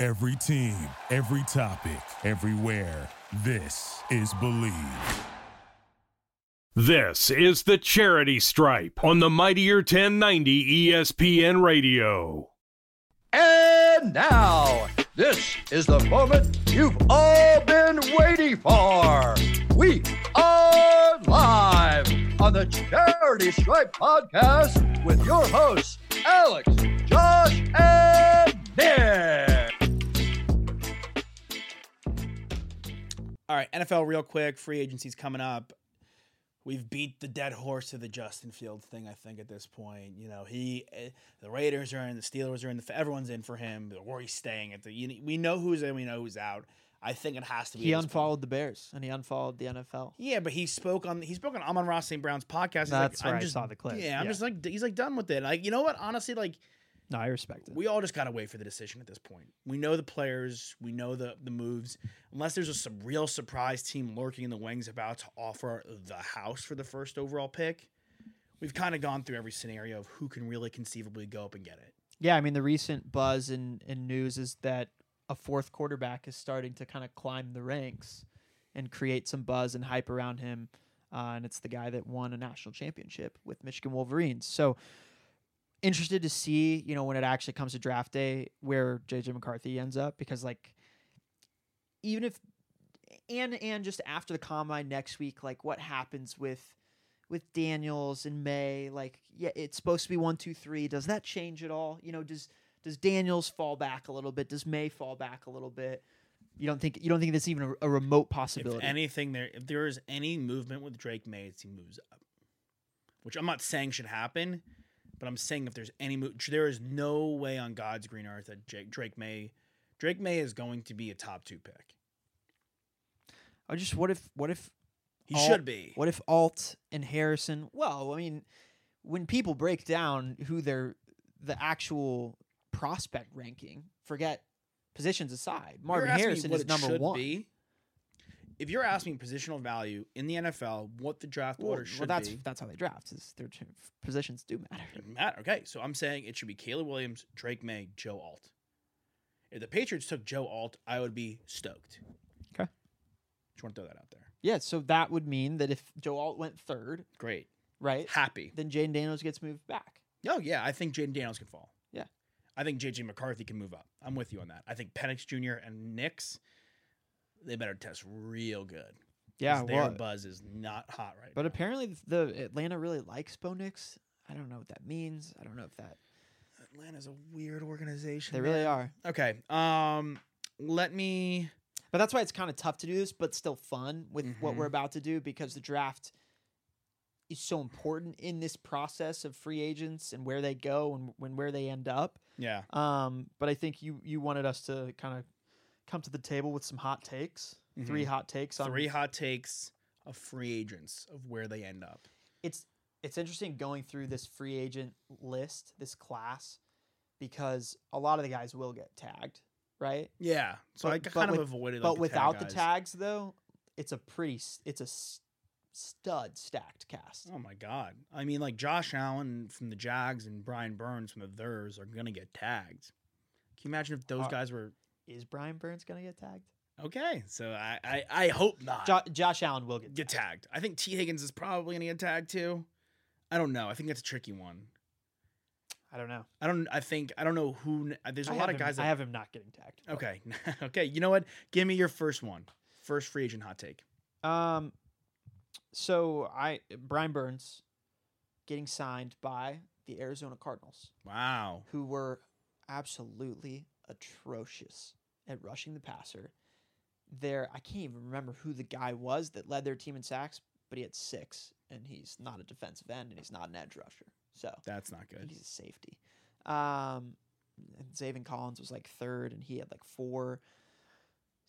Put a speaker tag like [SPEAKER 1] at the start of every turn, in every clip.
[SPEAKER 1] Every team, every topic, everywhere. This is Believe.
[SPEAKER 2] This is the Charity Stripe on the Mightier E 1090 ESPN Radio.
[SPEAKER 3] And now, this is the moment you've all been waiting for. We are live on the Charity Stripe podcast with your hosts, Alex, Josh, and Nick.
[SPEAKER 4] All right, NFL real quick. Free agency's coming up. We've beat the dead horse of the Justin Fields thing. I think at this point, you know, he, eh, the Raiders are in, the Steelers are in, the, everyone's in for him. The Rory's staying at the. You, we know who's in. We know who's out. I think it has to be.
[SPEAKER 5] He
[SPEAKER 4] at this point.
[SPEAKER 5] unfollowed the Bears and he unfollowed the NFL.
[SPEAKER 4] Yeah, but he spoke on he spoke on Amon Ross St. Brown's podcast. He's
[SPEAKER 5] That's
[SPEAKER 4] like,
[SPEAKER 5] where
[SPEAKER 4] I'm
[SPEAKER 5] I
[SPEAKER 4] just,
[SPEAKER 5] saw the clip.
[SPEAKER 4] Yeah, I'm
[SPEAKER 5] Yeah.
[SPEAKER 4] just like he's like done with it. Like you know what? Honestly, like
[SPEAKER 5] No, I respect it.
[SPEAKER 4] we all just gotta wait for the decision at this point. We know the players, we know the the moves. Unless there's a some real surprise team lurking in the wings about to offer the house for the first overall pick, we've kind of gone through every scenario of who can really conceivably go up and get it.
[SPEAKER 5] yeah, I mean the recent buzz and in, news is that a fourth quarterback is starting to kind of climb the ranks and create some buzz and hype around him. Uh, and it's the guy that won a national championship with Michigan Wolverines. So interested to see, you know, when it actually comes to draft day where JJ McCarthy ends up because like even if and and just after the combine next week, like what happens with with Daniels and May, like yeah, it's supposed to be one, two, three. Does that change at all? You know, does does Daniels fall back a little bit? Does May fall back a little bit? You don't think you don't think that's even a, a remote
[SPEAKER 4] If
[SPEAKER 5] possibility.
[SPEAKER 4] anything there if there is any movement with Drake May, it's he moves up. Which I'm not saying should happen, but I'm saying if there's any move there is no way on God's green earth that Jake, Drake May Drake May is going to be a top 2 pick.
[SPEAKER 5] or just what if what if
[SPEAKER 4] He
[SPEAKER 5] All-
[SPEAKER 4] should be.
[SPEAKER 5] What if Alt and Harrison? Well, I mean, when people break down who their the actual prospect ranking, forget positions aside,
[SPEAKER 4] If you're
[SPEAKER 5] Marvin
[SPEAKER 4] asking me
[SPEAKER 5] Harrison
[SPEAKER 4] what
[SPEAKER 5] is
[SPEAKER 4] it
[SPEAKER 5] number
[SPEAKER 4] should
[SPEAKER 5] one.
[SPEAKER 4] be, if you're asking positional value in the NFL, what the draft
[SPEAKER 5] Well,
[SPEAKER 4] order
[SPEAKER 5] well,
[SPEAKER 4] should
[SPEAKER 5] that's
[SPEAKER 4] be,
[SPEAKER 5] that's how they draft. Is their t- positions do matter?
[SPEAKER 4] doesn't matter. Okay, so I'm saying it should be Caleb Williams, Drake May, Joe Alt. If the Patriots took Joe Alt, I would be stoked.
[SPEAKER 5] Okay.
[SPEAKER 4] Just want to throw that out there.
[SPEAKER 5] Yeah. So that would mean that if Joe Alt went third,
[SPEAKER 4] Great.
[SPEAKER 5] right,
[SPEAKER 4] Happy.
[SPEAKER 5] then Jane Daniels gets moved back.
[SPEAKER 4] Oh yeah, I think Jaden Daniels can fall.
[SPEAKER 5] Yeah.
[SPEAKER 4] I think JJ McCarthy can move up. I'm with you on that. I think Penix Jr. and Nix, they better test real good. 'cause
[SPEAKER 5] Yeah.
[SPEAKER 4] their
[SPEAKER 5] Well,
[SPEAKER 4] buzz is not hot right
[SPEAKER 5] but
[SPEAKER 4] now.
[SPEAKER 5] apparently th- the Atlanta really likes Bo Nix. I don't know what that means. I don't know if that
[SPEAKER 4] Atlanta's a weird organization.
[SPEAKER 5] they really
[SPEAKER 4] man.
[SPEAKER 5] are.
[SPEAKER 4] Okay. Um let me
[SPEAKER 5] But that's why it's kind of tough to do this, but still fun with what
[SPEAKER 4] Mm-hmm.
[SPEAKER 5] we're about to do because the draft is so important in this process of free agents and where they go and when where they end up.
[SPEAKER 4] Yeah.
[SPEAKER 5] Um, but I think you you wanted us to kind of come to the table with some hot takes, three hot takes on
[SPEAKER 4] Mm-hmm. Three hot takes of free agents of where they end up.
[SPEAKER 5] it's it's interesting going through this free agent list, this class, because a lot of the guys will get tagged, right?
[SPEAKER 4] Yeah. So I
[SPEAKER 5] But- but
[SPEAKER 4] kind of
[SPEAKER 5] with-
[SPEAKER 4] avoided like,
[SPEAKER 5] but
[SPEAKER 4] the
[SPEAKER 5] without
[SPEAKER 4] tag
[SPEAKER 5] the
[SPEAKER 4] guys.
[SPEAKER 5] tags though, it's a pretty s- it's a s- stud stacked cast.
[SPEAKER 4] Oh my god. I mean like Josh Allen from the Jags and Brian Burns from the Thurs are gonna get tagged. Can you imagine if those
[SPEAKER 5] Are-
[SPEAKER 4] guys were
[SPEAKER 5] Is Brian Burns gonna get tagged?
[SPEAKER 4] okay? So I I, I hope not.
[SPEAKER 5] Jo- Josh Allen will get
[SPEAKER 4] get tagged. I think T. Higgins is probably gonna get tagged too. I don't know. I think that's a tricky one.
[SPEAKER 5] I don't know.
[SPEAKER 4] I don't I think I don't know who there's a
[SPEAKER 5] I
[SPEAKER 4] lot
[SPEAKER 5] have
[SPEAKER 4] of
[SPEAKER 5] him-
[SPEAKER 4] guys that
[SPEAKER 5] I have him not getting tagged. but-
[SPEAKER 4] Okay. okay. You know what? Give me your first one. First free agent hot take.
[SPEAKER 5] Um. So I Brian Burns getting signed by the Arizona Cardinals,
[SPEAKER 4] Wow.
[SPEAKER 5] who were absolutely atrocious at rushing the passer. There, I can't even remember who the guy was that led their team in sacks, but he had six, and he's not a defensive end, and he's not an edge rusher. So
[SPEAKER 4] That's not good.
[SPEAKER 5] He's a safety. Um, and Zayvon Collins was like third, and he had like four.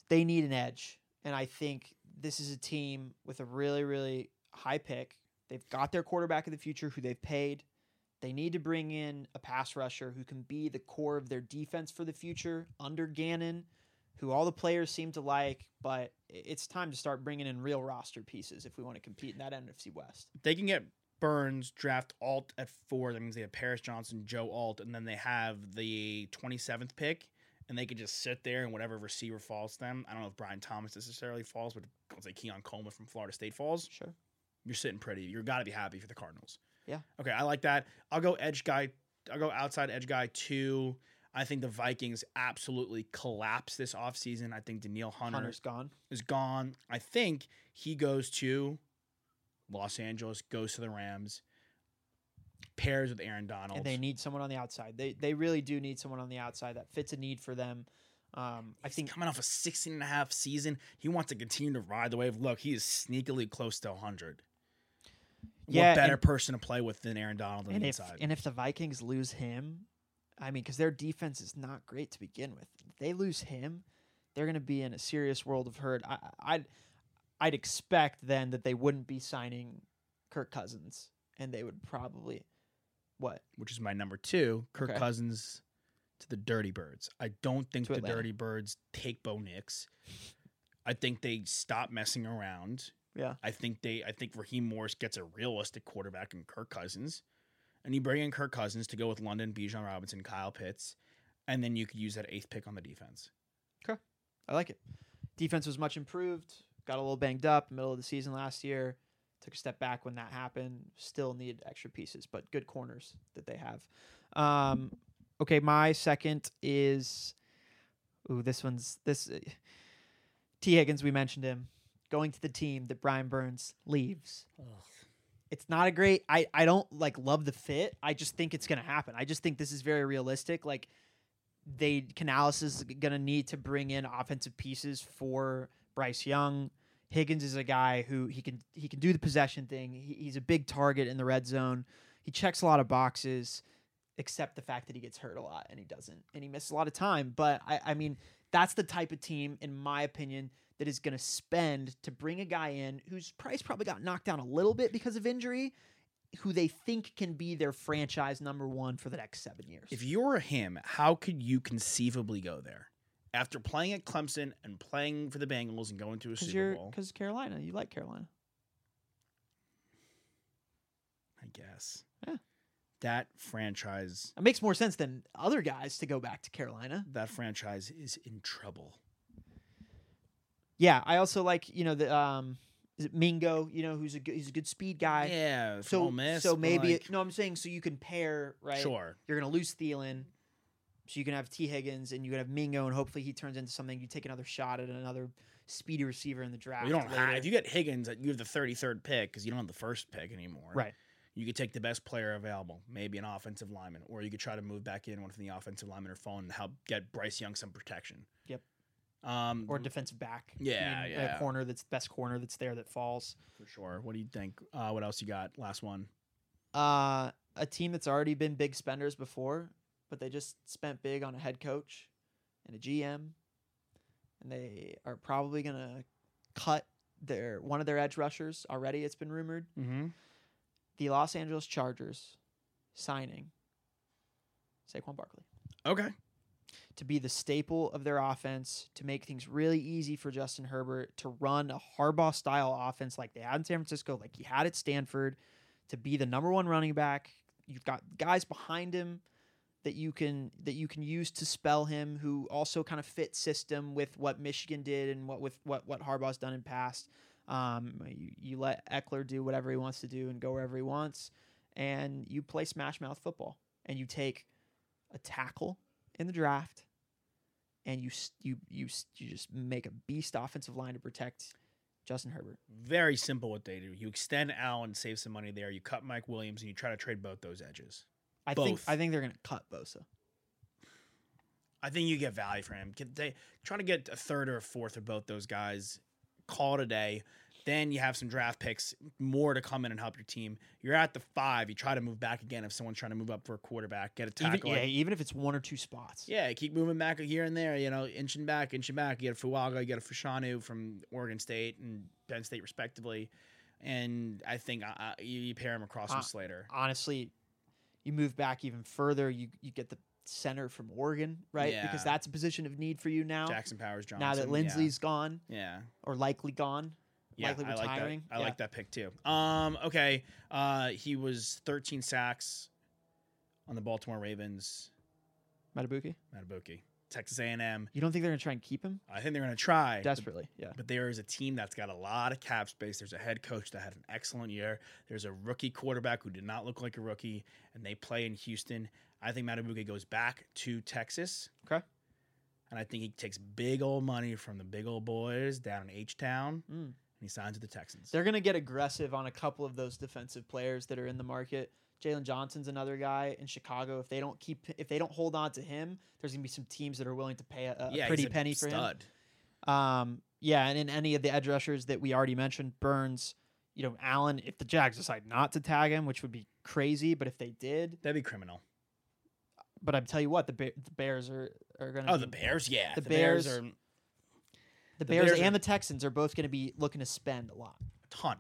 [SPEAKER 5] They need an edge, and I think this is a team with a really, really high pick. They've got their quarterback of the future, who they've paid. They need to bring in a pass rusher who can be the core of their defense for the future under Gannon, who all the players seem to like. But i- it's time to start bringing in real roster pieces if we want to compete in that NFC West.
[SPEAKER 4] They can get Burns, draft Alt at four. That means they have Paris Johnson, Joe Alt, and then they have the 27th pick, and they could just sit there and whatever receiver falls to them. I don't know if Brian Thomas necessarily falls, but let's say Keon Coleman from Florida State falls.
[SPEAKER 5] Sure.
[SPEAKER 4] You're sitting pretty. You're got to be happy for the Cardinals.
[SPEAKER 5] Yeah.
[SPEAKER 4] Okay, I like that. I'll go edge guy. I'll go outside edge guy two. I think the Vikings absolutely collapse this offseason. I think Daniil Hunter
[SPEAKER 5] Hunter's gone.
[SPEAKER 4] is gone. I think he goes to Los Angeles, goes to the Rams, pairs with Aaron Donald.
[SPEAKER 5] And they need someone on the outside. They they really do need someone on the outside that fits a need for them. Um, I
[SPEAKER 4] He's
[SPEAKER 5] think
[SPEAKER 4] coming off a 16 and a half season, he wants to continue to ride the wave. Look, he is sneakily close to 100.
[SPEAKER 5] Yeah,
[SPEAKER 4] what better
[SPEAKER 5] and-
[SPEAKER 4] person to play with than Aaron Donald on
[SPEAKER 5] and
[SPEAKER 4] the
[SPEAKER 5] if
[SPEAKER 4] inside?
[SPEAKER 5] and if the Vikings lose him, I mean, because their defense is not great to begin with. If they lose him, they're going to be in a serious world of hurt. I, I- I'd I'd expect then that they wouldn't be signing Kirk Cousins, and they would probably what
[SPEAKER 4] Which is my number two, Kirk
[SPEAKER 5] Okay.
[SPEAKER 4] Cousins to the Dirty Birds. I don't think
[SPEAKER 5] To
[SPEAKER 4] the
[SPEAKER 5] Atlanta.
[SPEAKER 4] Dirty Birds take Bo Nix. I think they stop messing around.
[SPEAKER 5] Yeah.
[SPEAKER 4] I think they I think Raheem Morris gets a realistic quarterback in Kirk Cousins. And you bring in Kirk Cousins to go with London, Bijan Robinson, Kyle Pitts, and then you could use that eighth pick on the defense.
[SPEAKER 5] I like it. Defense was much improved. Got a little banged up middle of the season last year. Took a step back when that happened. Still needed extra pieces, but good corners that they have. Um, okay, my second is. Ooh, this one's this. uh, T. Higgins, we mentioned him going to the team that Brian Burns leaves. It's not a great. I I don't like love the fit. I just think it's gonna happen. I just think this is very realistic. Like they Canales is gonna need to bring in offensive pieces for Bryce Young. Higgins is a guy who he can he can do the possession thing. He, he's a big target in the red zone. He checks a lot of boxes, except the fact that he gets hurt a lot and he doesn't and he misses a lot of time. But I, I mean that's the type of team, in my opinion, that is going to spend to bring a guy in whose price probably got knocked down a little bit because of injury, who they think can be their franchise number one for the next seven years.
[SPEAKER 4] If you were him, how could you conceivably go there? After playing at Clemson and playing for the Bengals and going to a
[SPEAKER 5] because
[SPEAKER 4] Super
[SPEAKER 5] you're
[SPEAKER 4] Bowl,
[SPEAKER 5] because Carolina, you like Carolina.
[SPEAKER 4] I guess.
[SPEAKER 5] Yeah.
[SPEAKER 4] That franchise
[SPEAKER 5] It makes more sense than other guys to go back to Carolina.
[SPEAKER 4] that franchise is in trouble.
[SPEAKER 5] Yeah, I also like you know the um, is it Mingo? You know who's a good, he's a good speed guy.
[SPEAKER 4] yeah, from
[SPEAKER 5] so
[SPEAKER 4] Ole Miss,
[SPEAKER 5] so
[SPEAKER 4] but,
[SPEAKER 5] maybe
[SPEAKER 4] like,
[SPEAKER 5] no, I'm saying so you can pair right.
[SPEAKER 4] sure.
[SPEAKER 5] You're gonna lose Thielen, so you can have T Higgins and you can have Mingo, and hopefully he turns into something. You take another shot at another speedy receiver in the draft.
[SPEAKER 4] Well, you don't
[SPEAKER 5] later.
[SPEAKER 4] have if you get Higgins, uh, you have the thirty third pick because you don't have the first pick anymore.
[SPEAKER 5] Right.
[SPEAKER 4] You could take the best player available, maybe an offensive lineman, or you could try to move back in one from the offensive lineman or phone and help get Bryce Young some protection.
[SPEAKER 5] Yep.
[SPEAKER 4] Um,
[SPEAKER 5] or defensive back.
[SPEAKER 4] Yeah,
[SPEAKER 5] I mean,
[SPEAKER 4] yeah.
[SPEAKER 5] A corner that's best corner that's there that falls.
[SPEAKER 4] for sure. What do you think? Uh, what else you got? Last one.
[SPEAKER 5] Uh, a team that's already been big spenders before, but they just spent big on a head coach and a GM, and they are probably gonna cut their one of their edge rushers already. It's been rumored.
[SPEAKER 4] Mm-hmm.
[SPEAKER 5] The Los Angeles Chargers signing Saquon Barkley.
[SPEAKER 4] Okay.
[SPEAKER 5] to be the staple of their offense, to make things really easy for Justin Herbert, to run a Harbaugh style offense like they had in San Francisco, like he had at Stanford, to be the number one running back. You've got guys behind him that you can that you can use to spell him who also kind of fit system with what Michigan did and what with what what Harbaugh's done in past. Um, you, you let Eckler do whatever he wants to do and go wherever he wants, and you play smash mouth football and you take a tackle in the draft, and you s- you you s- you just make a beast offensive line to protect Justin Herbert.
[SPEAKER 4] Very simple what they do. You extend Allen, save some money there. You cut Mike Williams, and you try to trade both those edges.
[SPEAKER 5] I think
[SPEAKER 4] Both.
[SPEAKER 5] I think they're gonna cut Bosa.
[SPEAKER 4] I think you get value for him. Get- They try to get a third or a fourth of both those guys. Call today. Then you have some draft picks, more to come in and help your team. You're at the five. You try to move back again if someone's trying to move up for a quarterback. Get a
[SPEAKER 5] Even,
[SPEAKER 4] tackle.
[SPEAKER 5] yeah, even if it's one or two spots.
[SPEAKER 4] Yeah, keep moving back here and there, you know, inching back, inching back. You get a Fuaga, you get a Fushanu from Oregon State and Penn State, respectively. And I think uh, uh, you, you pair him across
[SPEAKER 5] Uh,
[SPEAKER 4] with Slater.
[SPEAKER 5] Honestly, you move back even further. You you get the center from Oregon, right? Because
[SPEAKER 4] Yeah.
[SPEAKER 5] that's a position of need for you now.
[SPEAKER 4] Jackson Powers Johnson.
[SPEAKER 5] now that
[SPEAKER 4] Lindsley's
[SPEAKER 5] Lindsley's gone
[SPEAKER 4] yeah.
[SPEAKER 5] or likely gone, likely
[SPEAKER 4] I like
[SPEAKER 5] retiring.
[SPEAKER 4] that. I
[SPEAKER 5] yeah.
[SPEAKER 4] like that pick too. Um, okay. Uh, he was 13 sacks on the Baltimore Ravens.
[SPEAKER 5] Matabuki.
[SPEAKER 4] Matabuki. Texas A&M.
[SPEAKER 5] You don't think they're gonna try and keep him
[SPEAKER 4] I think they're going to try. but-
[SPEAKER 5] desperately? Yeah.
[SPEAKER 4] But there is a team that's got a lot of cap space. There's a head coach that had an excellent year. There's a rookie quarterback who did not look like a rookie, and they play in Houston. I think Matabuke goes back to Texas.
[SPEAKER 5] Okay.
[SPEAKER 4] And I think he takes big old money from the big old boys down in H Town, and
[SPEAKER 5] Mm.
[SPEAKER 4] he signs with the Texans.
[SPEAKER 5] They're gonna get aggressive on a couple of those defensive players that are in the market. Jalen Johnson's another guy in Chicago. If they don't keep, if they don't hold on to him, there's gonna be some teams that are willing to pay a, a
[SPEAKER 4] he's
[SPEAKER 5] pretty
[SPEAKER 4] a
[SPEAKER 5] penny for him.
[SPEAKER 4] stud.
[SPEAKER 5] Um, yeah, and in any of the edge rushers that we already mentioned, Burns, you know, Allen, if the Jags decide not to tag him, which would be crazy, but if they did,
[SPEAKER 4] That'd be criminal.
[SPEAKER 5] but I tell you what, the, Bear, the Bears are, are going to
[SPEAKER 4] Oh, the Bears, yeah.
[SPEAKER 5] Mm-hmm. The Bears-
[SPEAKER 4] are
[SPEAKER 5] the
[SPEAKER 4] the
[SPEAKER 5] Bears
[SPEAKER 4] Bears
[SPEAKER 5] and
[SPEAKER 4] are-
[SPEAKER 5] the Texans are both going to be looking to spend a lot.
[SPEAKER 4] a ton.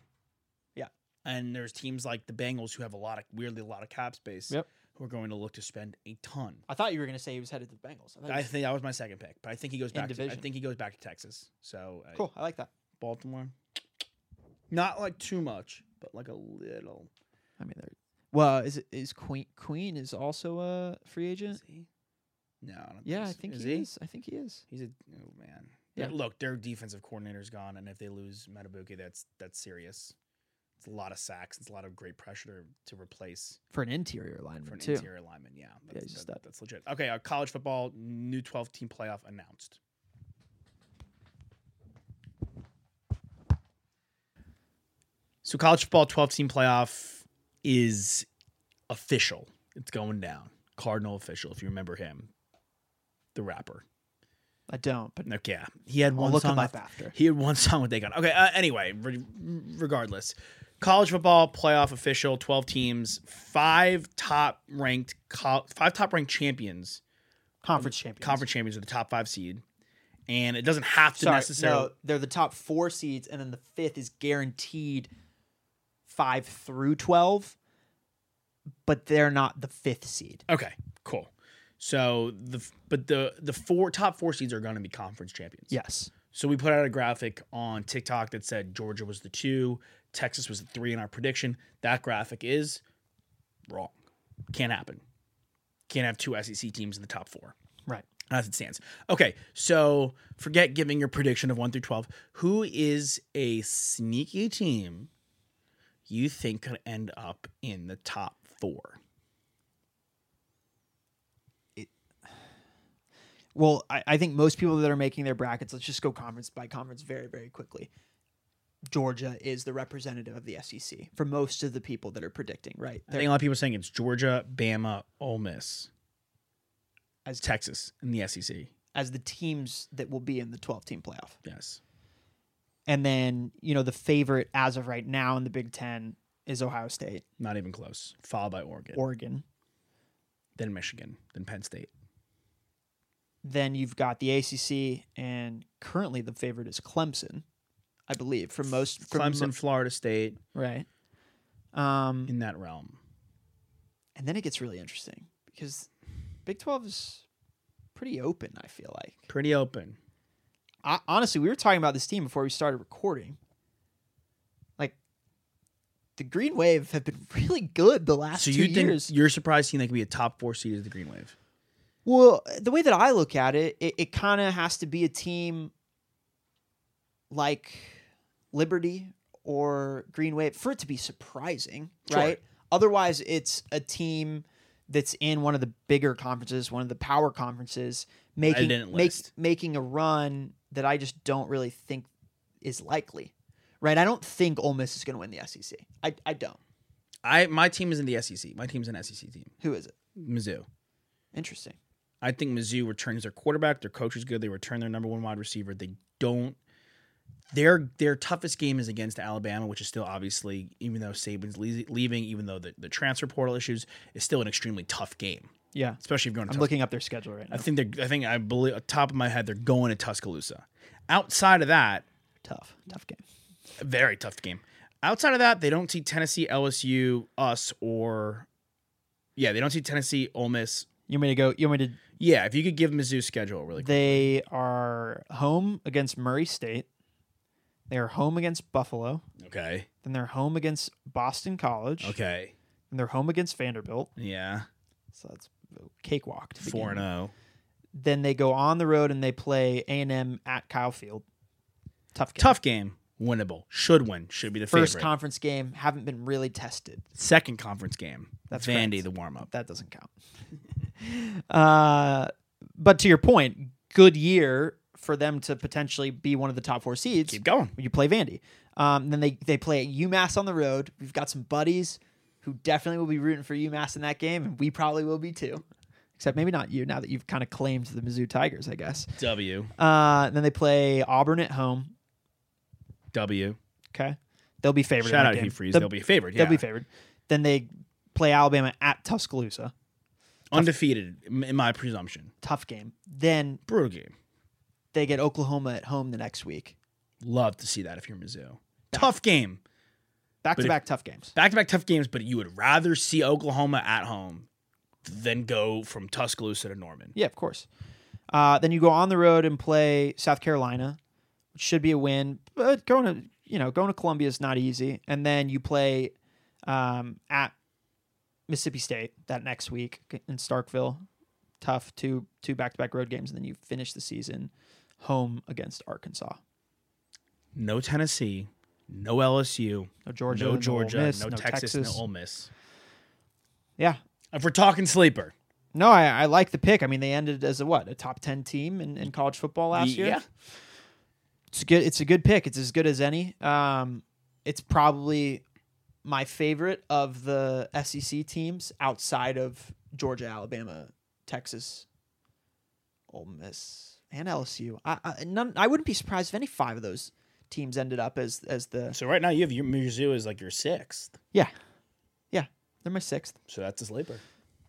[SPEAKER 5] Yeah.
[SPEAKER 4] And there's teams like the Bengals who have a lot of weirdly a lot of cap space.
[SPEAKER 5] Yep.
[SPEAKER 4] Who are going to look to spend a ton.
[SPEAKER 5] I thought you were going to say he was headed to the Bengals. I thought you
[SPEAKER 4] I
[SPEAKER 5] said-
[SPEAKER 4] think that was my second pick, but I think he goes
[SPEAKER 5] In
[SPEAKER 4] back. To, I
[SPEAKER 5] division.
[SPEAKER 4] think he goes back to Texas. So uh,
[SPEAKER 5] cool. I like that.
[SPEAKER 4] Baltimore, not like too much, but like a little.
[SPEAKER 5] I mean, they're well. Is it is Queen Queen is also a free agent?
[SPEAKER 4] Is he? No, I don't
[SPEAKER 5] Yeah, I
[SPEAKER 4] so.
[SPEAKER 5] think
[SPEAKER 4] is
[SPEAKER 5] he, is. I think he is.
[SPEAKER 4] He's a oh man.
[SPEAKER 5] Yeah.
[SPEAKER 4] Yeah. Look, their defensive coordinator's gone, and if they lose Matabuke, that's that's serious. It's a lot of sacks. It's a lot of great pressure to, to replace
[SPEAKER 5] For an interior lineman
[SPEAKER 4] for an
[SPEAKER 5] too.
[SPEAKER 4] interior lineman. Yeah, that's,
[SPEAKER 5] he's a
[SPEAKER 4] that-
[SPEAKER 5] stud.
[SPEAKER 4] that's legit. Okay, uh, college football new twelve team playoff announced. So college football twelve team playoff is official. It's going down. Cardinal official, if you remember him, the rapper.
[SPEAKER 5] I don't, but
[SPEAKER 4] Like, yeah, he had one
[SPEAKER 5] look him
[SPEAKER 4] song
[SPEAKER 5] up
[SPEAKER 4] with-
[SPEAKER 5] after.
[SPEAKER 4] He had one song with Dagon. Okay. Uh, anyway, re- regardless, college football playoff official, twelve teams, five top ranked, co- five top ranked champions, Um,
[SPEAKER 5] conference champions.
[SPEAKER 4] conference champions are the top five seed, and it doesn't have to
[SPEAKER 5] Sorry,
[SPEAKER 4] necessarily.
[SPEAKER 5] no, they're the top four seeds, and then the fifth is guaranteed five through twelve, but they're not the fifth seed.
[SPEAKER 4] Okay, cool. So the f- but the the four top four seeds are going to be conference champions.
[SPEAKER 5] Yes.
[SPEAKER 4] So we put out a graphic on TikTok that said Georgia was the two, Texas was the three in our prediction. That graphic is wrong. Can't happen. Can't have two SEC teams in the top four
[SPEAKER 5] Right.
[SPEAKER 4] as it stands. Okay, so forget giving your prediction of one through twelve. Who is a sneaky team you think could end up in the top four?
[SPEAKER 5] Well, I, I think most people that are making their brackets, let's just go conference by conference very, very quickly. Georgia is the representative of the SEC for most of the people that are predicting, right?
[SPEAKER 4] I think a lot of people are saying it's Georgia, Bama, Ole Miss,
[SPEAKER 5] As-
[SPEAKER 4] Texas, and the E SEC.
[SPEAKER 5] As the teams that will be in the 12 team playoff.
[SPEAKER 4] Yes.
[SPEAKER 5] And then, you know, the favorite as of right now in the Big Ten is Ohio State,
[SPEAKER 4] Not even close. Followed by Oregon,
[SPEAKER 5] Oregon.
[SPEAKER 4] then Michigan, then Penn State.
[SPEAKER 5] Then you've got the ACC, and currently the favorite is Clemson, I believe, for most. For mo-
[SPEAKER 4] Clemson, Florida State,
[SPEAKER 5] right. Um,
[SPEAKER 4] in that realm.
[SPEAKER 5] and then it gets really interesting because Big 12 is pretty open, I feel like.
[SPEAKER 4] Pretty open.
[SPEAKER 5] I, honestly, we were talking about this team before we started recording. Like, the Green Wave have been really good the last
[SPEAKER 4] So
[SPEAKER 5] two
[SPEAKER 4] you think
[SPEAKER 5] years.
[SPEAKER 4] you're surprised seeing they could be a top four seed of the Green Wave?
[SPEAKER 5] Well, the way that I look at it, it, it kind of has to be a team like Liberty or Green Wave for it to be surprising,
[SPEAKER 4] Sure.
[SPEAKER 5] right? Otherwise, it's a team that's in one of the bigger conferences, one of the power conferences, making
[SPEAKER 4] didn't
[SPEAKER 5] make-
[SPEAKER 4] list.
[SPEAKER 5] making a run that I just don't really think is likely, right? I don't think Ole Miss is going to win the SEC. I, I don't.
[SPEAKER 4] I my team is in the SEC. My team's an SEC team.
[SPEAKER 5] Who is it?
[SPEAKER 4] Mizzou.
[SPEAKER 5] Interesting.
[SPEAKER 4] I think Mizzou returns their quarterback. Their coach is good. They return their number one wide receiver. They don't. Their their toughest game is against Alabama, which is still obviously, even though Saban's le- leaving, even though the, the transfer portal issues, is still an extremely tough game,
[SPEAKER 5] Yeah,
[SPEAKER 4] especially if you're going to
[SPEAKER 5] I'm looking up their schedule right now.
[SPEAKER 4] I think they're. I think I believe, top of my head, they're going to Tuscaloosa. Outside of that,
[SPEAKER 5] tough, tough game.
[SPEAKER 4] a very tough game. Outside of that, they don't see Tennessee, LSU, us, or yeah, they don't see Tennessee, Ole Miss.
[SPEAKER 5] You want me to go? You want me to?
[SPEAKER 4] Yeah, if you could give Mizzou's schedule really quick.
[SPEAKER 5] They are home against Murray State. They are home against Buffalo.
[SPEAKER 4] Okay.
[SPEAKER 5] Then they're home against Boston College.
[SPEAKER 4] Okay.
[SPEAKER 5] And they're home against Vanderbilt.
[SPEAKER 4] Yeah.
[SPEAKER 5] So that's a cakewalk. To begin
[SPEAKER 4] Four and oh.
[SPEAKER 5] with.
[SPEAKER 4] zero.
[SPEAKER 5] Then they go on the road and they play A and M at Kyle Field. Tough game.
[SPEAKER 4] Tough game, winnable. Should win. Should be the
[SPEAKER 5] First
[SPEAKER 4] favorite.
[SPEAKER 5] conference game. Haven't been really tested.
[SPEAKER 4] Second conference game.
[SPEAKER 5] That's
[SPEAKER 4] Vandy,
[SPEAKER 5] correct.
[SPEAKER 4] the warm up.
[SPEAKER 5] That doesn't count. uh, but to your point, good year for them to potentially be one of the top four seeds.
[SPEAKER 4] Keep going.
[SPEAKER 5] when you play Vandy. Um, then they they play at UMass on the road. We've got some buddies who definitely will be rooting for UMass in that game, and we probably will be too. Except maybe not you. Now that you've kind of claimed the Mizzou Tigers, I guess.
[SPEAKER 4] W
[SPEAKER 5] Uh, then they play Auburn at home.
[SPEAKER 4] W.
[SPEAKER 5] Okay, they'll be favored. in
[SPEAKER 4] Shout
[SPEAKER 5] that
[SPEAKER 4] out
[SPEAKER 5] game.
[SPEAKER 4] Hugh Freeze.
[SPEAKER 5] The-
[SPEAKER 4] They'll be favored.
[SPEAKER 5] they'll
[SPEAKER 4] yeah.
[SPEAKER 5] be favored. Then they play Alabama at Tuscaloosa.
[SPEAKER 4] Undefeated m- in my presumption.
[SPEAKER 5] Tough game. Then
[SPEAKER 4] Brutal game.
[SPEAKER 5] they get Oklahoma at home the next week.
[SPEAKER 4] Love to see that if you're Mizzou. Tough game.
[SPEAKER 5] Back
[SPEAKER 4] But
[SPEAKER 5] to
[SPEAKER 4] if-
[SPEAKER 5] back tough games.
[SPEAKER 4] Back to back tough games, but you would rather see Oklahoma at home than go from Tuscaloosa to Norman.
[SPEAKER 5] Yeah, of course. Uh, then you go on the road and play South Carolina, which should be a win. But going to you know going to Columbia is not easy. And then you play um, at Mississippi State that next week in Starkville. Tough two two back to back road games, and then you finish the season home against Arkansas.
[SPEAKER 4] No Tennessee, no LSU,
[SPEAKER 5] No Georgia,
[SPEAKER 4] no Georgia,
[SPEAKER 5] Ole Miss,
[SPEAKER 4] no, Texas, no Ole Miss.
[SPEAKER 5] Yeah,
[SPEAKER 4] If we're talking sleeper,
[SPEAKER 5] no, I, I like the pick. I mean, they ended as a what a top ten team in, in college football last year.
[SPEAKER 4] yeah,
[SPEAKER 5] it's good. It's a good pick. It's as good as any. Um, it's probably my favorite of the SEC teams outside of Georgia, Alabama, Texas, Ole Miss, and LSU. I I, none, I wouldn't be surprised if any five of those teams ended up as as the
[SPEAKER 4] So right now you have your Mizzou is like your sixth,
[SPEAKER 5] yeah, yeah. They're my sixth.
[SPEAKER 4] so that's a sleeper.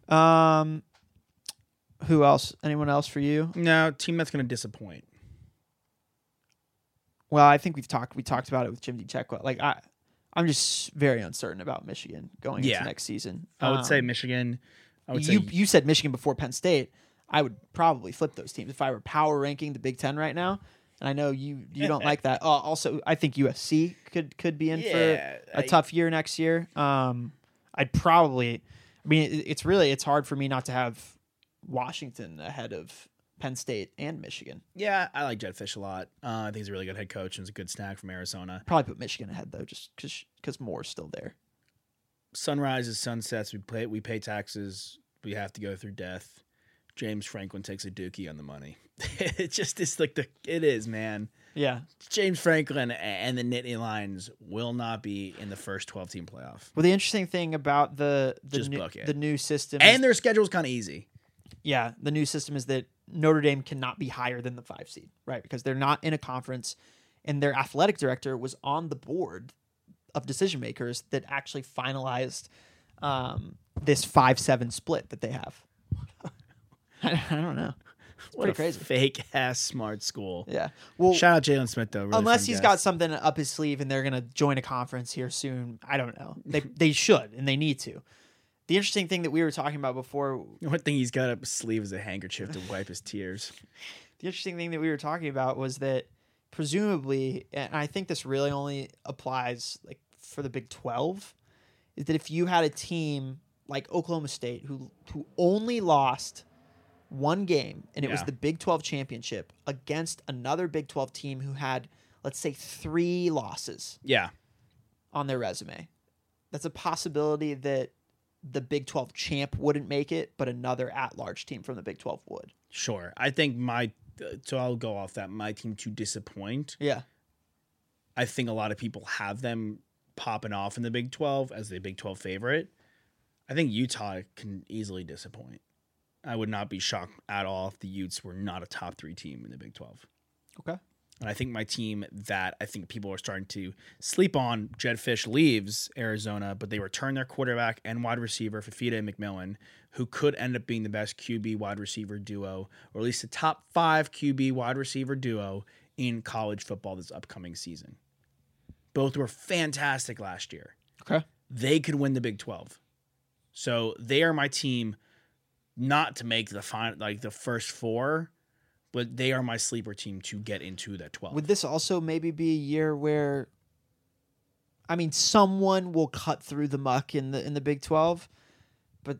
[SPEAKER 5] Um, who else? Anyone else for you?
[SPEAKER 4] No team that's going to disappoint.
[SPEAKER 5] Well, I think we've talked we talked about it with Jim DeChequa. Like I, I'm just very uncertain about Michigan going
[SPEAKER 4] Yeah.
[SPEAKER 5] into next season.
[SPEAKER 4] I would
[SPEAKER 5] Um,
[SPEAKER 4] say Michigan. I would
[SPEAKER 5] you
[SPEAKER 4] say
[SPEAKER 5] you said Michigan before Penn State. I would probably flip those teams if I were power ranking the Big Ten right now. And I know you you don't like that. Uh, also, I think USC could could be in
[SPEAKER 4] Yeah,
[SPEAKER 5] for a
[SPEAKER 4] I-
[SPEAKER 5] tough year next year. Um, I'd probably. I mean, it- it's really it's hard for me not to have Washington ahead of Penn State and Michigan.
[SPEAKER 4] yeah, I like Jetfish a lot. Uh, I think he's a really good head coach and he's a good snack from Arizona.
[SPEAKER 5] Probably put Michigan ahead though, just because because Moore's still there.
[SPEAKER 4] Sunrises, sunsets. We play. We pay taxes. We have to go through death. James Franklin takes a dookie on the money. it just is like the it is man.
[SPEAKER 5] Yeah,
[SPEAKER 4] James Franklin a- and the Nittany Lions will not be in the first twelve team playoff,
[SPEAKER 5] Well, the interesting thing about the the,
[SPEAKER 4] Just
[SPEAKER 5] new,
[SPEAKER 4] book it.
[SPEAKER 5] the new system, is-
[SPEAKER 4] and their schedule's kind of easy.
[SPEAKER 5] yeah, the new system is that Notre Dame cannot be higher than the five seed, right? Because they're not in a conference, and their athletic director was on the board of decision makers that actually finalized um, this five seven split that they have. I, I don't know. It's
[SPEAKER 4] What a
[SPEAKER 5] pretty crazy.
[SPEAKER 4] fake ass smart school.
[SPEAKER 5] yeah. Well,
[SPEAKER 4] Shout out Jalen Smith though. Really
[SPEAKER 5] unless
[SPEAKER 4] he's
[SPEAKER 5] he's got something up his sleeve and they're going to join a conference here soon. I don't know. They they should and they need to. The interesting thing that we were talking about before
[SPEAKER 4] one thing he's got up his sleeve is a handkerchief to wipe his tears.
[SPEAKER 5] the interesting thing that we were talking about was that presumably and i think this really only applies like for the big 12 is that if you had a team like oklahoma state who who only lost one game and it was
[SPEAKER 4] Yeah.
[SPEAKER 5] the big 12 championship against another big 12 team who had let's say three losses
[SPEAKER 4] Yeah,
[SPEAKER 5] on their resume that's a possibility that the big 12 champ wouldn't make it but another at-large team from the big 12 would
[SPEAKER 4] sure. I think my uh, so I'll go off that my team to disappoint.
[SPEAKER 5] yeah
[SPEAKER 4] I think a lot of people have them popping off in the Big Twelve as the Big Twelve favorite. I think Utah can easily disappoint. I would not be shocked at all if the Utes were not a top three team in the Big Twelve.
[SPEAKER 5] okay
[SPEAKER 4] And I think my team that I think people are starting to sleep on, Jed Fish leaves Arizona, but they return their quarterback and wide receiver, Fafita and McMillan, who could end up being the best QB wide receiver duo, or at least the top five QB wide receiver duo in college football this upcoming season. Both were fantastic last year.
[SPEAKER 5] okay
[SPEAKER 4] They could win the Big 12. So they are my team not to make the final like the first four, but they are my sleeper team to get into that 12.
[SPEAKER 5] Would this also maybe be a year where I mean someone will cut through the muck in the in the Big 12, but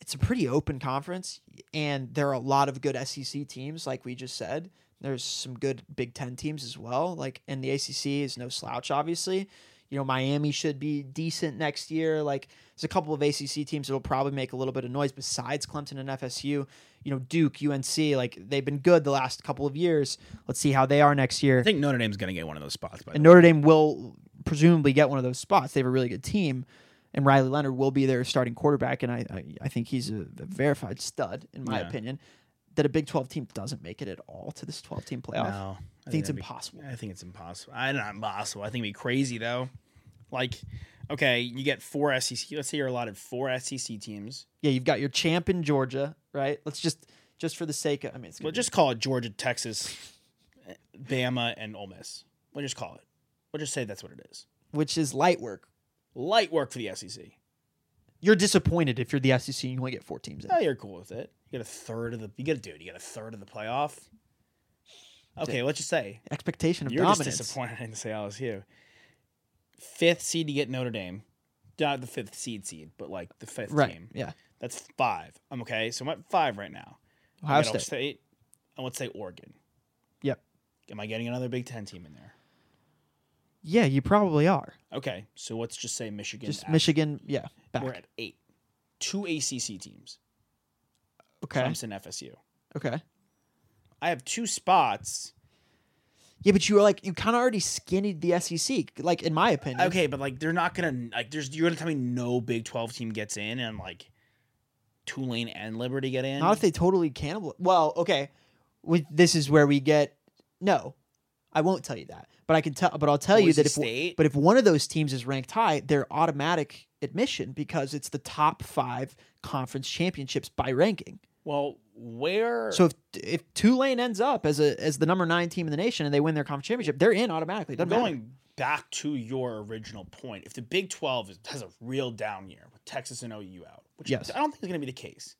[SPEAKER 5] it's a pretty open conference, and there are a lot of good SEC teams, like we just said. There's some good Big Ten teams as well. Like, and the ACC is no slouch, obviously. You know, Miami should be decent next year. Like, there's a couple of ACC teams that'll probably make a little bit of noise besides Clemson and FSU. You know, Duke, UNC, like they've been good the last couple of years. Let's see how they are next year.
[SPEAKER 4] I think Notre Dame's going to get one of those spots. By the
[SPEAKER 5] And
[SPEAKER 4] way.
[SPEAKER 5] Notre Dame will presumably get one of those spots. They have a really good team, and Riley Leonard will be their starting quarterback. And I, I, I think he's a, a verified stud, in my
[SPEAKER 4] Yeah.
[SPEAKER 5] opinion. That a Big 12 team doesn't make it at all to this 12 team playoff.
[SPEAKER 4] No,
[SPEAKER 5] I think it's
[SPEAKER 4] that'd be- eh.
[SPEAKER 5] impossible.
[SPEAKER 4] I think it's impossible. I not impossible. I think it'd be crazy though. Like, okay, you get four SEC. Let's say you're allotted four SEC teams.
[SPEAKER 5] Yeah, you've got your champ in Georgia, right? Let's just, just for the sake of, I mean, it's
[SPEAKER 4] We'll
[SPEAKER 5] gonna be-
[SPEAKER 4] just call it Georgia, Texas, Bama, and Ole Miss. We'll just call it. We'll just say that's what it is.
[SPEAKER 5] which is light work.
[SPEAKER 4] Light work for the E SEC.
[SPEAKER 5] You're disappointed if you're the SEC and you only get four teams in.
[SPEAKER 4] Oh, you're cool with it. You get a third of the. You get a dude. You get a third of the playoff. Okay, let's just say
[SPEAKER 5] Expectation of
[SPEAKER 4] You're
[SPEAKER 5] dominance.
[SPEAKER 4] just disappointed I didn't say LSU. Fifth seed to get Notre Dame. Not the fifth seed seed, but like the fifth
[SPEAKER 5] Right.
[SPEAKER 4] team.
[SPEAKER 5] Yeah.
[SPEAKER 4] That's five. I'm okay. So I'm at five right now. I got Ohio
[SPEAKER 5] Ohio State.
[SPEAKER 4] State. And let's say Oregon.
[SPEAKER 5] Yep.
[SPEAKER 4] Am I getting another Big Ten team in there?
[SPEAKER 5] Yeah, you probably are.
[SPEAKER 4] Okay. So let's just say Michigan.
[SPEAKER 5] Just
[SPEAKER 4] at-
[SPEAKER 5] Michigan. Yeah. Back.
[SPEAKER 4] We're at eight. Two ACC teams.
[SPEAKER 5] okay.
[SPEAKER 4] Clemson, FSU.
[SPEAKER 5] Okay.
[SPEAKER 4] I have two spots.
[SPEAKER 5] Yeah, but you were like you kind of already skinnied the SEC, like in my opinion.
[SPEAKER 4] Okay, but like they're not gonna like. There's you're gonna tell me no Big Twelve team gets in, and like Tulane and Liberty get in.
[SPEAKER 5] Not if they totally cannibal. Well, okay. With this is where we get no. I won't tell you that, but I can tell. But I'll tell you
[SPEAKER 4] Boise
[SPEAKER 5] that if
[SPEAKER 4] State?
[SPEAKER 5] but if one of those teams is ranked high, they're automatic admission because it's the top five conference championships by ranking.
[SPEAKER 4] Well, where?
[SPEAKER 5] So if if Tulane ends up as a as the number nine team in the nation and they win their conference championship, they're in automatically. Doesn't matter.
[SPEAKER 4] going back to your original point, if the Big Twelve is, has a real down year with Texas and OU out, which
[SPEAKER 5] Yes.
[SPEAKER 4] I don't think is going to be the case.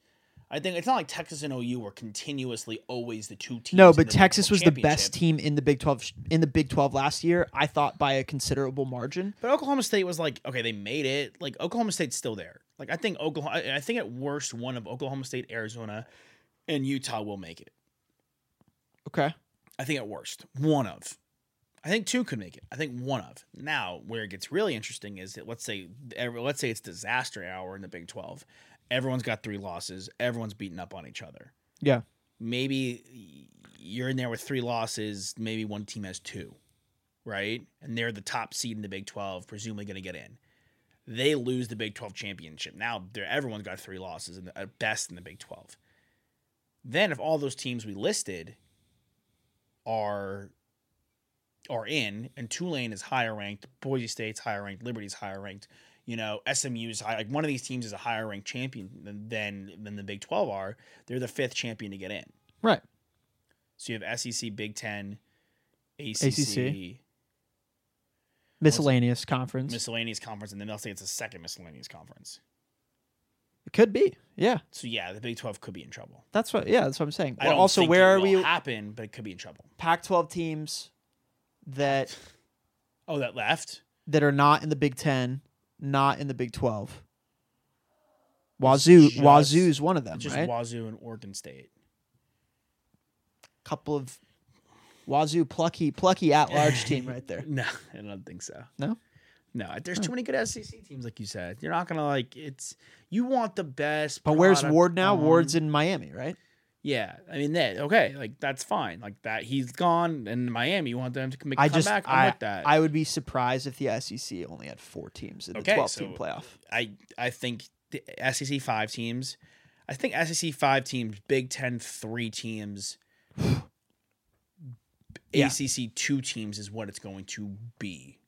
[SPEAKER 4] I think it's not like Texas and OU were continuously always the two teams.
[SPEAKER 5] No,
[SPEAKER 4] in
[SPEAKER 5] but
[SPEAKER 4] the Big
[SPEAKER 5] Texas
[SPEAKER 4] 12
[SPEAKER 5] was the best
[SPEAKER 4] championship.
[SPEAKER 5] team in the Big Twelve sh- in the Big Twelve last year. I thought by a considerable margin.
[SPEAKER 4] But Oklahoma State was like, okay, they made it. Like Oklahoma State's still there. Like I think Oklahoma, I I think at worst one of Oklahoma State, Arizona, and Utah will make it.
[SPEAKER 5] Okay.
[SPEAKER 4] I think at worst, one of. I think two could make it. I think one of. Now, where it gets really interesting is that let's say every, let's say it's disaster hour in the Big Twelve. Everyone's got three losses. Everyone's beating up on each other.
[SPEAKER 5] Yeah.
[SPEAKER 4] Maybe you're in there with three losses. Maybe one team has two, right? And they're the top seed in the Big Twelve, presumably going to get in. They lose the Big Twelve championship. Now they're, everyone's got three losses and at best in the Big Twelve. Then, if all those teams we listed are are in, and Tulane is higher ranked, Boise State's higher ranked, Liberty's higher ranked. You know, SMU's high, like one of these teams is a higher ranked champion than, than than the Big Twelve are. They're the fifth champion to get in.
[SPEAKER 5] Right.
[SPEAKER 4] So you have SEC, Big Ten, ACC,
[SPEAKER 5] ACC. Miscellaneous conference.
[SPEAKER 4] miscellaneous conference, and then they'll say it's a second miscellaneous conference.
[SPEAKER 5] it could be. Yeah.
[SPEAKER 4] So yeah, the Big Twelve could be in trouble.
[SPEAKER 5] That's what. Yeah. That's what I'm saying.
[SPEAKER 4] I
[SPEAKER 5] Well,
[SPEAKER 4] don't
[SPEAKER 5] also,
[SPEAKER 4] think
[SPEAKER 5] where
[SPEAKER 4] it
[SPEAKER 5] are
[SPEAKER 4] will
[SPEAKER 5] we?
[SPEAKER 4] Happen, but it could be in trouble.
[SPEAKER 5] Pac-12 teams that
[SPEAKER 4] Oh, that left.
[SPEAKER 5] that are not in the Big Ten, not in the Big Twelve. Wazoo.
[SPEAKER 4] just-
[SPEAKER 5] Wazoo's one of them,
[SPEAKER 4] Just
[SPEAKER 5] right?
[SPEAKER 4] Wazoo and Oregon State.
[SPEAKER 5] couple of Wazoo plucky plucky at large team right there.
[SPEAKER 4] No, I don't think so.
[SPEAKER 5] No?
[SPEAKER 4] No, there's too many good SEC teams, like you said. You're not gonna like it's. You want the best.
[SPEAKER 5] But where's
[SPEAKER 4] product
[SPEAKER 5] Ward now?
[SPEAKER 4] on-
[SPEAKER 5] Ward's in Miami, right?
[SPEAKER 4] Yeah, I mean that. Okay, like that's fine. Like that, he's gone, and Miami. You want them to make a
[SPEAKER 5] I just
[SPEAKER 4] comeback? I'm
[SPEAKER 5] I,
[SPEAKER 4] with that.
[SPEAKER 5] I would be surprised if the SEC only had four teams in the
[SPEAKER 4] Okay,
[SPEAKER 5] twelve team
[SPEAKER 4] so-
[SPEAKER 5] playoff.
[SPEAKER 4] I I think the SEC five teams. I think SEC five teams, Big Ten three teams,
[SPEAKER 5] Yeah.
[SPEAKER 4] ACC two teams is what it's going to be,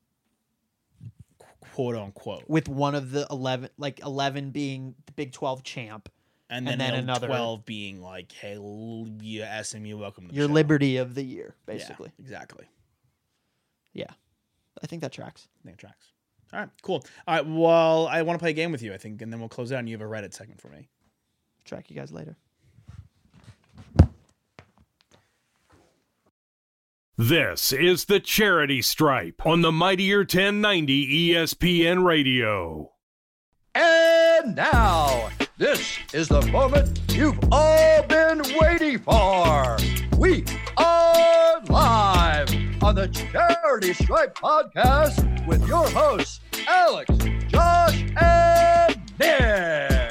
[SPEAKER 4] qu- quote unquote.
[SPEAKER 5] With one of the eleven like eleven being the Big Twelve champ,
[SPEAKER 4] And then,
[SPEAKER 5] and then
[SPEAKER 4] another
[SPEAKER 5] another-
[SPEAKER 4] twelve being like, hey, l- yeah, SMU, welcome to the
[SPEAKER 5] your
[SPEAKER 4] show.
[SPEAKER 5] liberty of the year,
[SPEAKER 4] Yeah,
[SPEAKER 5] basically.
[SPEAKER 4] exactly.
[SPEAKER 5] Yeah. I think that tracks.
[SPEAKER 4] I think it tracks. All right, cool. All right, well, I want to play a game with you, I think, and then we'll close out. And you have a Reddit segment for me.
[SPEAKER 5] Track you guys later.
[SPEAKER 2] This is the Charity Stripe on the Mightier E 1090 ESPN Radio.
[SPEAKER 3] And now, This is the moment you've all been waiting for. We are live on the Charity Stripe podcast with your hosts, Alex, Josh, and Nick.